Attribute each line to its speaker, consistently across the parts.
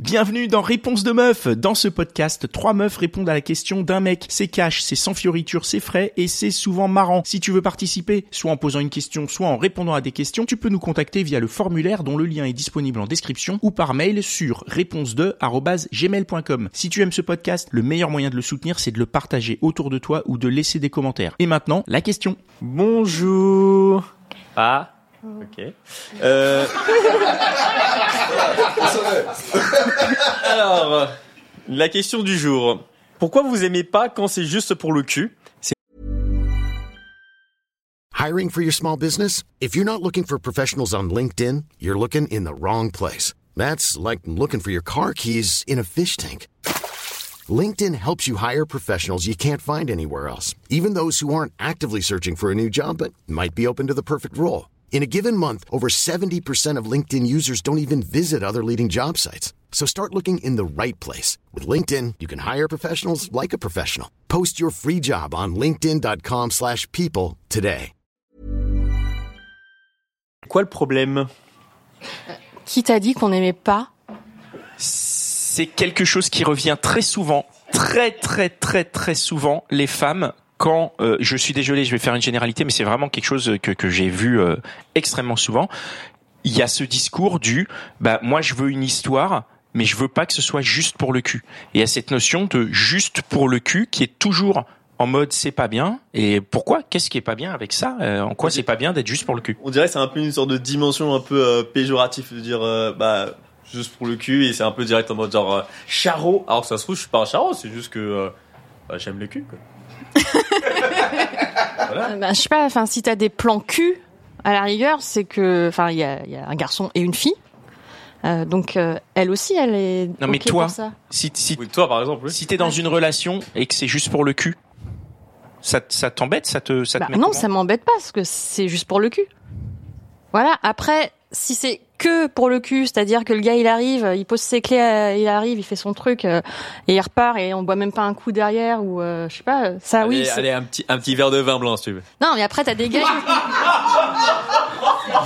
Speaker 1: Bienvenue dans Réponse de meuf. Dans ce podcast, trois meufs répondent à la question d'un mec. C'est cash, c'est sans fioriture, c'est frais et c'est souvent marrant. Si tu veux participer, soit en posant une question, soit en répondant à des questions, tu peux nous contacter via le formulaire dont le lien est disponible en description ou par mail sur réponse2@gmail.com. Si tu aimes ce podcast, le meilleur moyen de le soutenir, c'est de le partager autour de toi ou de laisser des commentaires. Et maintenant, la question.
Speaker 2: Bonjour. Ah. Ok. Euh, alors, la question du jour. Pourquoi vous aimez pas quand c'est juste pour le cul
Speaker 3: Hiring for your small business? If you're not looking for professionals on LinkedIn, you're looking in the wrong place. That's like looking for your car keys in a fish tank. LinkedIn helps you hire professionals you can't find anywhere else, even those who aren't actively searching for a new job but might be open to the perfect role. In a given month, over 70% of LinkedIn users don't even visit other leading job sites. So start looking in the right place. With LinkedIn, you can hire professionals like a professional. Post your free job on linkedin.com/people slash people today.
Speaker 2: C'est quoi le problème
Speaker 4: Qui t'a dit qu'on n'aimait pas
Speaker 1: C'est quelque chose qui revient très souvent, très très très très souvent, les femmes. Quand euh, je suis désolé, je vais faire une généralité, mais c'est vraiment quelque chose que, que j'ai vu euh, extrêmement souvent. Il y a ce discours du bah moi je veux une histoire, mais je veux pas que ce soit juste pour le cul. Et il y a cette notion de juste pour le cul qui est toujours en mode c'est pas bien. Et pourquoi Qu'est-ce qui est pas bien avec ça Euh, En quoi c'est pas bien d'être juste pour le cul
Speaker 2: On dirait que c'est un peu une sorte de dimension un peu euh, péjorative de dire euh, bah juste pour le cul et c'est un peu direct en mode genre euh, charro. Alors que ça se trouve je suis pas un charro, c'est juste que euh, bah, j'aime le cul. Quoi. voilà.
Speaker 4: Euh, ben, Je sais pas, enfin, si t'as des plans cul, à la rigueur, c'est que, enfin, il y a, il y a un garçon et une fille. Euh, donc, euh, elle aussi, elle est.
Speaker 1: Non, mais
Speaker 4: ok
Speaker 1: toi,
Speaker 4: pour ça.
Speaker 1: Si, si
Speaker 2: Oui, toi par exemple. Oui.
Speaker 1: Si t'es dans une relation et que c'est juste pour le cul, ça, t- ça t'embête, ça te, ça te
Speaker 4: Bah,
Speaker 1: met
Speaker 4: non,
Speaker 1: comment
Speaker 4: ça m'embête pas, parce que c'est juste pour le cul. Voilà. Après, si c'est que pour le cul, c'est-à-dire que le gars il arrive, il pose ses clés, euh, il arrive, il fait son truc euh, et il repart et on boit même pas un coup derrière ou euh, je sais pas. euh, Ça, oui.
Speaker 2: allez,
Speaker 4: c'est-
Speaker 2: allez, un petit un petit verre de vin blanc si tu veux.
Speaker 4: Non, mais après, t'as des gars.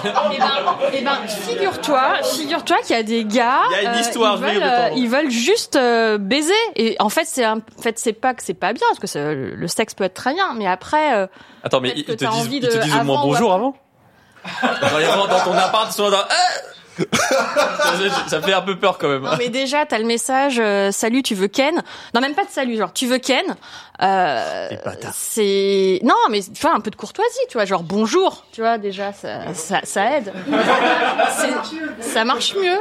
Speaker 4: eh ben, eh ben, figure-toi, figure-toi qu'il y a des gars.
Speaker 2: Il y a une
Speaker 4: euh,
Speaker 2: histoire,
Speaker 4: ils
Speaker 2: je vais y
Speaker 4: veulent,
Speaker 2: répondre.
Speaker 4: euh, ils veulent juste euh, baiser. Et en fait, c'est un- en fait, c'est pas que c'est pas bien, parce que c'est- le le sexe peut être très bien, mais après, euh,
Speaker 2: Attends, mais
Speaker 4: Peut-être
Speaker 2: ils
Speaker 4: que
Speaker 2: te,
Speaker 4: t'as
Speaker 2: disent,
Speaker 4: envie
Speaker 2: ils te
Speaker 4: de
Speaker 2: disent au moins
Speaker 4: avant ou
Speaker 2: bonjour avant Dans les gens dans ton appart, ils sont dans... Eh ça, ça fait un peu peur quand même.
Speaker 4: non, mais déjà, t'as le message euh, salut, tu veux Ken. Non, même pas de salut, genre tu veux Ken. Euh,
Speaker 2: Des bâtards.
Speaker 4: c'est non, mais tu vois un peu de courtoisie, tu vois, genre bonjour, tu vois déjà, ça, ça, ça aide. C'est- ça marche mieux.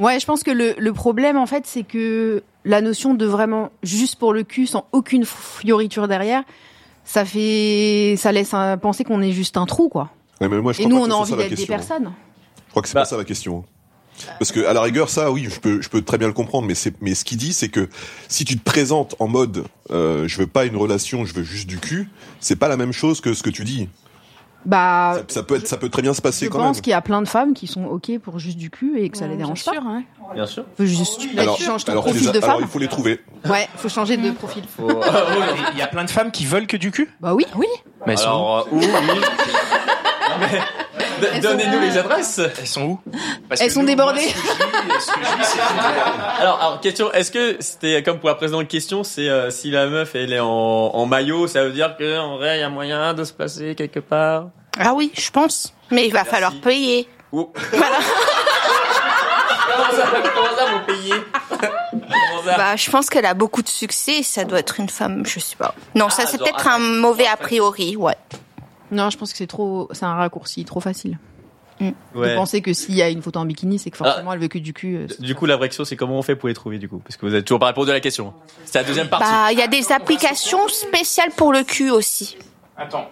Speaker 5: Ouais, je pense que le, le problème, en fait, c'est que la notion de vraiment juste pour le cul, sans aucune fioriture derrière, ça fait, ça laisse euh, penser qu'on est juste un trou, quoi.
Speaker 6: Ouais, mais moi, je
Speaker 5: Et
Speaker 6: crois
Speaker 5: nous,
Speaker 6: pas
Speaker 5: on
Speaker 6: que
Speaker 5: a envie
Speaker 6: c'est ça la
Speaker 5: d'être des
Speaker 6: question, hein.
Speaker 5: personnes.
Speaker 6: Je crois que c'est
Speaker 2: Bah.
Speaker 6: pas ça la question. hein. Parce que à la rigueur, ça, oui, je peux, je peux très bien le comprendre, mais c'est, mais ce qu'il dit, c'est que si tu te présentes en mode, euh, je veux pas une relation, je veux juste du cul, c'est pas la même chose que ce que tu dis.
Speaker 5: Bah,
Speaker 6: ça, ça peut être, ça peut très bien se passer
Speaker 5: je
Speaker 6: quand même.
Speaker 5: pense qu'il y a plein de femmes qui sont ok pour juste du cul et que ça les dérange pas.
Speaker 2: Bien sûr.
Speaker 5: Faut juste, bah, tu changes ton
Speaker 6: alors, tu
Speaker 5: profil
Speaker 6: les
Speaker 5: de
Speaker 6: as- alors,
Speaker 5: femme.
Speaker 6: il faut les trouver.
Speaker 5: Ouais, faut changer de profil.
Speaker 2: euh, Ah,
Speaker 1: Il y a plein de femmes qui veulent que du cul.
Speaker 5: Bah oui. Oui.
Speaker 1: Mais elles, sont
Speaker 2: Alors, euh, où oui. Mais, d-
Speaker 5: Elles sont-
Speaker 2: Donnez-nous les adresses.
Speaker 1: où elles sont où Parce
Speaker 5: Elles
Speaker 1: que
Speaker 5: sont
Speaker 1: nous,
Speaker 5: débordées.
Speaker 1: moi, ce que je vis- ce que je vis, c'est-
Speaker 2: Alors, alors, question, est-ce que c'était comme pour la précédente question, c'est euh, si la meuf elle est en, en maillot, ça veut dire que en vrai il y a moyen de se placer quelque part
Speaker 7: Ah oui, je pense. Mais il va falloir payer.
Speaker 2: Ou- Comment ça, comment ça vous payez Comment ça
Speaker 7: Bah, je pense qu'elle a beaucoup de succès et ça doit être une femme, je sais pas. Non,
Speaker 2: Ah,
Speaker 7: ça c'est
Speaker 2: genre,
Speaker 7: peut-être un mauvais a priori, ouais.
Speaker 5: Non, je pense que c'est trop, c'est un raccourci trop facile.
Speaker 2: Ouais.
Speaker 5: De penser que s'il y a une photo en bikini, c'est que forcément elle veut que du cul. euh,
Speaker 2: Du coup, la vraie question, c'est comment on fait pour les trouver, du coup Parce que vous avez toujours pas répondu à la question. Ah, C'est la deuxième partie.
Speaker 7: Bah, il y a des applications spéciales pour le cul aussi.
Speaker 1: Attends.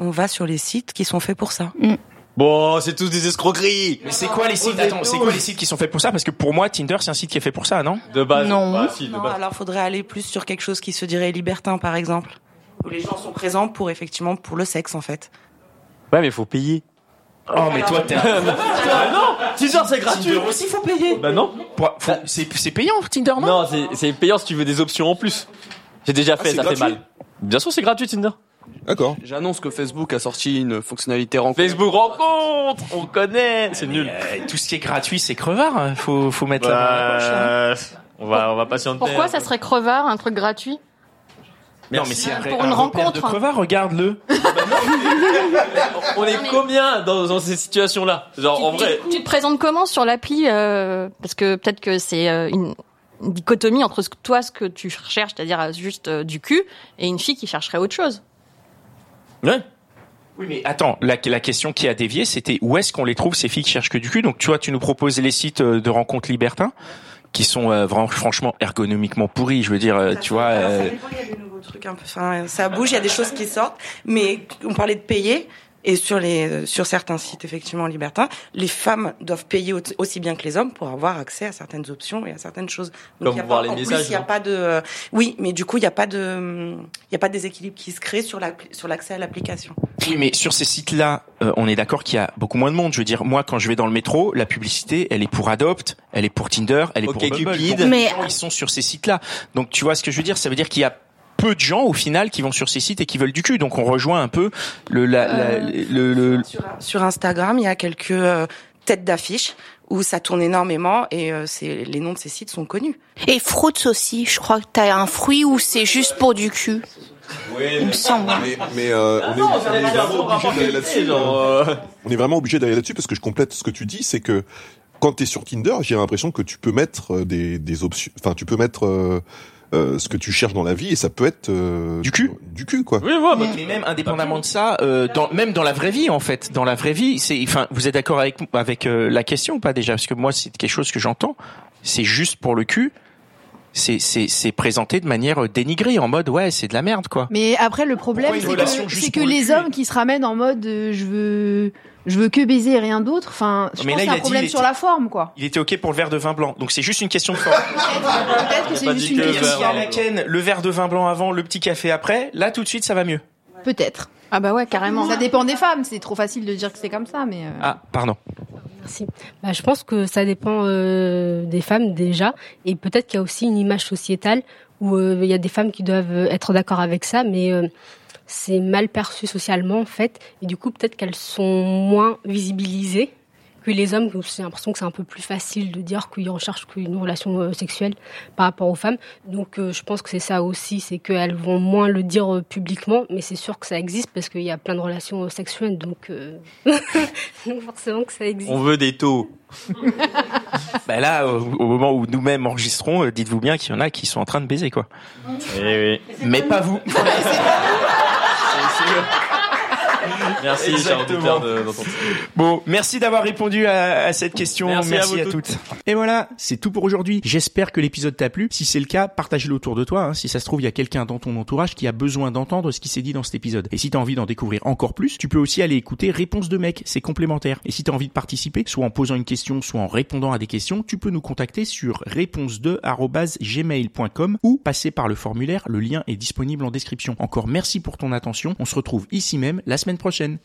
Speaker 8: On va sur les sites qui sont faits pour ça.
Speaker 2: Bon, c'est tous des escroqueries
Speaker 1: Mais c'est
Speaker 4: Oh,
Speaker 1: quoi les sites Attends, c'est quoi les sites qui sont faits pour ça Parce que pour moi, Tinder, c'est un site qui est fait pour ça, non
Speaker 2: De base.
Speaker 7: Non.
Speaker 2: Bah, si, de
Speaker 8: Non,
Speaker 2: base.
Speaker 8: alors faudrait aller plus sur quelque chose qui se dirait libertin, par exemple, où les gens sont présents pour effectivement pour le sexe en fait.
Speaker 2: Ouais, mais faut payer.
Speaker 1: Oh, mais toi, t'es un...
Speaker 2: Tinder, c'est gratuit
Speaker 8: aussi, faut payer.
Speaker 2: Bah non
Speaker 1: Pour- faut- C'est c'est payant, Tinder, non
Speaker 2: Non, c'est- c'est payant si tu veux des options en plus. J'ai déjà fait,
Speaker 1: Ah,
Speaker 6: c'est
Speaker 2: ça fait
Speaker 6: gratuit
Speaker 2: mal. Bien sûr, c'est gratuit, Tinder.
Speaker 6: D'accord.
Speaker 9: J'annonce que Facebook a sorti une fonctionnalité rencontre.
Speaker 2: Facebook rencontre, on connaît. C'est nul.
Speaker 1: Euh, tout ce qui est gratuit, c'est crevard. hein. Faut, faut mettre la main à la poche, hein.
Speaker 2: Bah, on va, on va patienter.
Speaker 4: Pourquoi ça serait crevard, un truc gratuit
Speaker 1: Non, mais c'est un,
Speaker 4: Pour
Speaker 1: un
Speaker 4: une
Speaker 1: repère
Speaker 4: rencontre.
Speaker 1: de crevard. Regarde-le.
Speaker 2: On
Speaker 4: Non,
Speaker 2: est
Speaker 4: mais-
Speaker 2: combien dans, dans ces situations-là Genre, en
Speaker 4: tu,
Speaker 2: vrai,
Speaker 4: tu- tu te présentes comment sur l'appli euh, Parce que peut-être que c'est euh, une, une dichotomie entre ce que- toi, ce que tu recherches, c'est-à-dire euh, juste euh, du cul, et une fille qui chercherait autre chose.
Speaker 1: Oui, mais attends, la, la question qui a dévié, c'était où est-ce qu'on les trouve ces filles qui cherchent que du cul Donc tu vois, tu nous proposes les sites euh, de rencontres libertins qui sont euh, vraiment, franchement ergonomiquement pourris. Je veux dire, euh, tu vois.
Speaker 8: Alors, ça
Speaker 1: euh,
Speaker 8: dépend, il y a des nouveaux trucs un peu. Enfin, ça bouge, il y a des choses qui sortent. Mais on parlait de payer. Et sur les, euh, sur certains sites, effectivement, libertins, les femmes doivent payer au- aussi bien que les hommes pour avoir accès à certaines options et à certaines choses.
Speaker 2: Comme
Speaker 8: il y a
Speaker 2: voir
Speaker 8: pas-
Speaker 2: les
Speaker 8: en
Speaker 2: messages,
Speaker 8: Plus, il y a
Speaker 2: non
Speaker 8: pas de, euh, oui, mais du coup, il n'y a pas de, hum, il y a pas de déséquilibre qui se crée sur la, sur l'accès à l'application.
Speaker 1: Oui, mais sur ces sites-là, euh, on est d'accord qu'il y a beaucoup moins de monde. Je veux dire, moi, quand je vais dans le métro, la publicité, elle est pour Adopt, elle est pour Tinder, elle est
Speaker 2: Ok,
Speaker 1: pour Bumble.
Speaker 2: Cupid.
Speaker 1: Donc,
Speaker 7: Mais-
Speaker 1: les gens, ils sont sur ces sites-là. Donc, tu vois ce que je veux dire Ça veut dire qu'il y a peu de gens au final qui vont sur ces sites et qui veulent du cul. Donc, on rejoint un peu le la, la-
Speaker 8: Euh,
Speaker 1: le, le-
Speaker 8: Sur, sur Instagram, il y a quelques euh, têtes d'affiches où ça tourne énormément et euh, c'est, les noms de ces sites sont connus.
Speaker 7: Et Fruits aussi, je crois que t'as un fruit ou c'est juste pour du cul. Il me semble.
Speaker 6: Mais, mais, euh,
Speaker 2: Ah
Speaker 6: on, est, on est vraiment obligé d'aller là-dessus.
Speaker 2: genre, euh,
Speaker 6: On est vraiment obligé d'aller là-dessus parce que je complète ce que tu dis, c'est que quand t'es sur Tinder, j'ai l'impression que tu peux mettre euh, des, des options, enfin tu peux mettre euh, euh, ce que tu cherches dans la vie et ça peut être euh,
Speaker 1: Du cul.
Speaker 6: du cul quoi.
Speaker 2: Oui, ouais, bah,
Speaker 1: mais même indépendamment de ça, euh, dans, même dans la vraie vie en fait, dans la vraie vie, c'est, enfin, vous êtes d'accord avec avec euh, la question ou pas déjà Parce que moi, c'est quelque chose que j'entends. C'est juste pour le cul. C'est c'est c'est présenté de manière euh, dénigrée, en mode ouais, c'est de la merde quoi.
Speaker 5: Mais après, le problème,
Speaker 1: Pourquoi une
Speaker 5: c'est
Speaker 1: relation
Speaker 5: que,
Speaker 1: juste
Speaker 5: c'est que
Speaker 1: pour le
Speaker 5: les
Speaker 1: cul
Speaker 5: hommes qui se ramènent en mode euh, je veux, je veux que baiser et rien d'autre. Enfin, je
Speaker 1: Mais
Speaker 5: pense
Speaker 1: là, il a
Speaker 5: que c'est un
Speaker 1: dit, il
Speaker 5: problème
Speaker 1: était-
Speaker 5: sur la forme, quoi.
Speaker 1: Il était ok pour le verre de vin blanc, donc c'est juste une question de forme. Euh,
Speaker 5: Peut-être que
Speaker 2: pas
Speaker 5: c'est
Speaker 2: dit
Speaker 5: juste une
Speaker 2: que-
Speaker 1: Et
Speaker 5: question.
Speaker 1: si à la ken, le verre de vin blanc avant, le petit café après, là tout de suite ça va mieux.
Speaker 5: Peut-être.
Speaker 4: Ah bah ouais, carrément.
Speaker 5: Ça dépend des femmes. C'est trop facile de dire que c'est comme ça, mais. euh,
Speaker 1: Ah, pardon.
Speaker 10: Merci. Bah, je pense que ça dépend euh, des femmes déjà, et peut-être qu'il y a aussi une image sociétale où euh, il y a des femmes qui doivent euh, être d'accord avec ça, mais euh, c'est mal perçu socialement en fait, et du coup peut-être qu'elles sont moins visibilisées que les hommes. Donc, J'ai l'impression que c'est un peu plus facile de dire qu'ils recherchent une relation euh, sexuelle par rapport aux femmes. Donc euh, je pense que c'est ça aussi, c'est qu'elles vont moins le dire euh, publiquement, mais c'est sûr que ça existe parce qu'il y a plein de relations euh, sexuelles, donc euh, donc forcément que ça existe.
Speaker 2: on veut des taux.
Speaker 1: Bah là, au, au moment où nous-mêmes enregistrons, euh, dites-vous bien qu'il y en a qui sont en train de baiser quoi.
Speaker 2: Eh oui.
Speaker 1: Mais pas vous.
Speaker 2: Merci, cher
Speaker 1: Exactement.
Speaker 2: auditeur, de- d'entendre ça.
Speaker 1: Bon, merci d'avoir répondu à, à cette question.
Speaker 2: Merci
Speaker 1: Merci,
Speaker 2: à vous
Speaker 1: à,
Speaker 2: toutes.
Speaker 1: toutes. Et voilà, c'est tout pour aujourd'hui. J'espère que l'épisode t'a plu. Si c'est le cas, partage-le autour de toi. hein. Si ça se trouve, il y a quelqu'un dans ton entourage qui a besoin d'entendre ce qui s'est dit dans cet épisode. Et si t'as envie d'en découvrir encore plus, tu peux aussi aller écouter Réponse de mec. C'est complémentaire. Et si t'as envie de participer, soit en posant une question, soit en répondant à des questions, tu peux nous contacter sur réponse2@gmail.com ou passer par le formulaire. Le lien est disponible en description. Encore merci pour ton attention. On se retrouve ici même la semaine prochaine.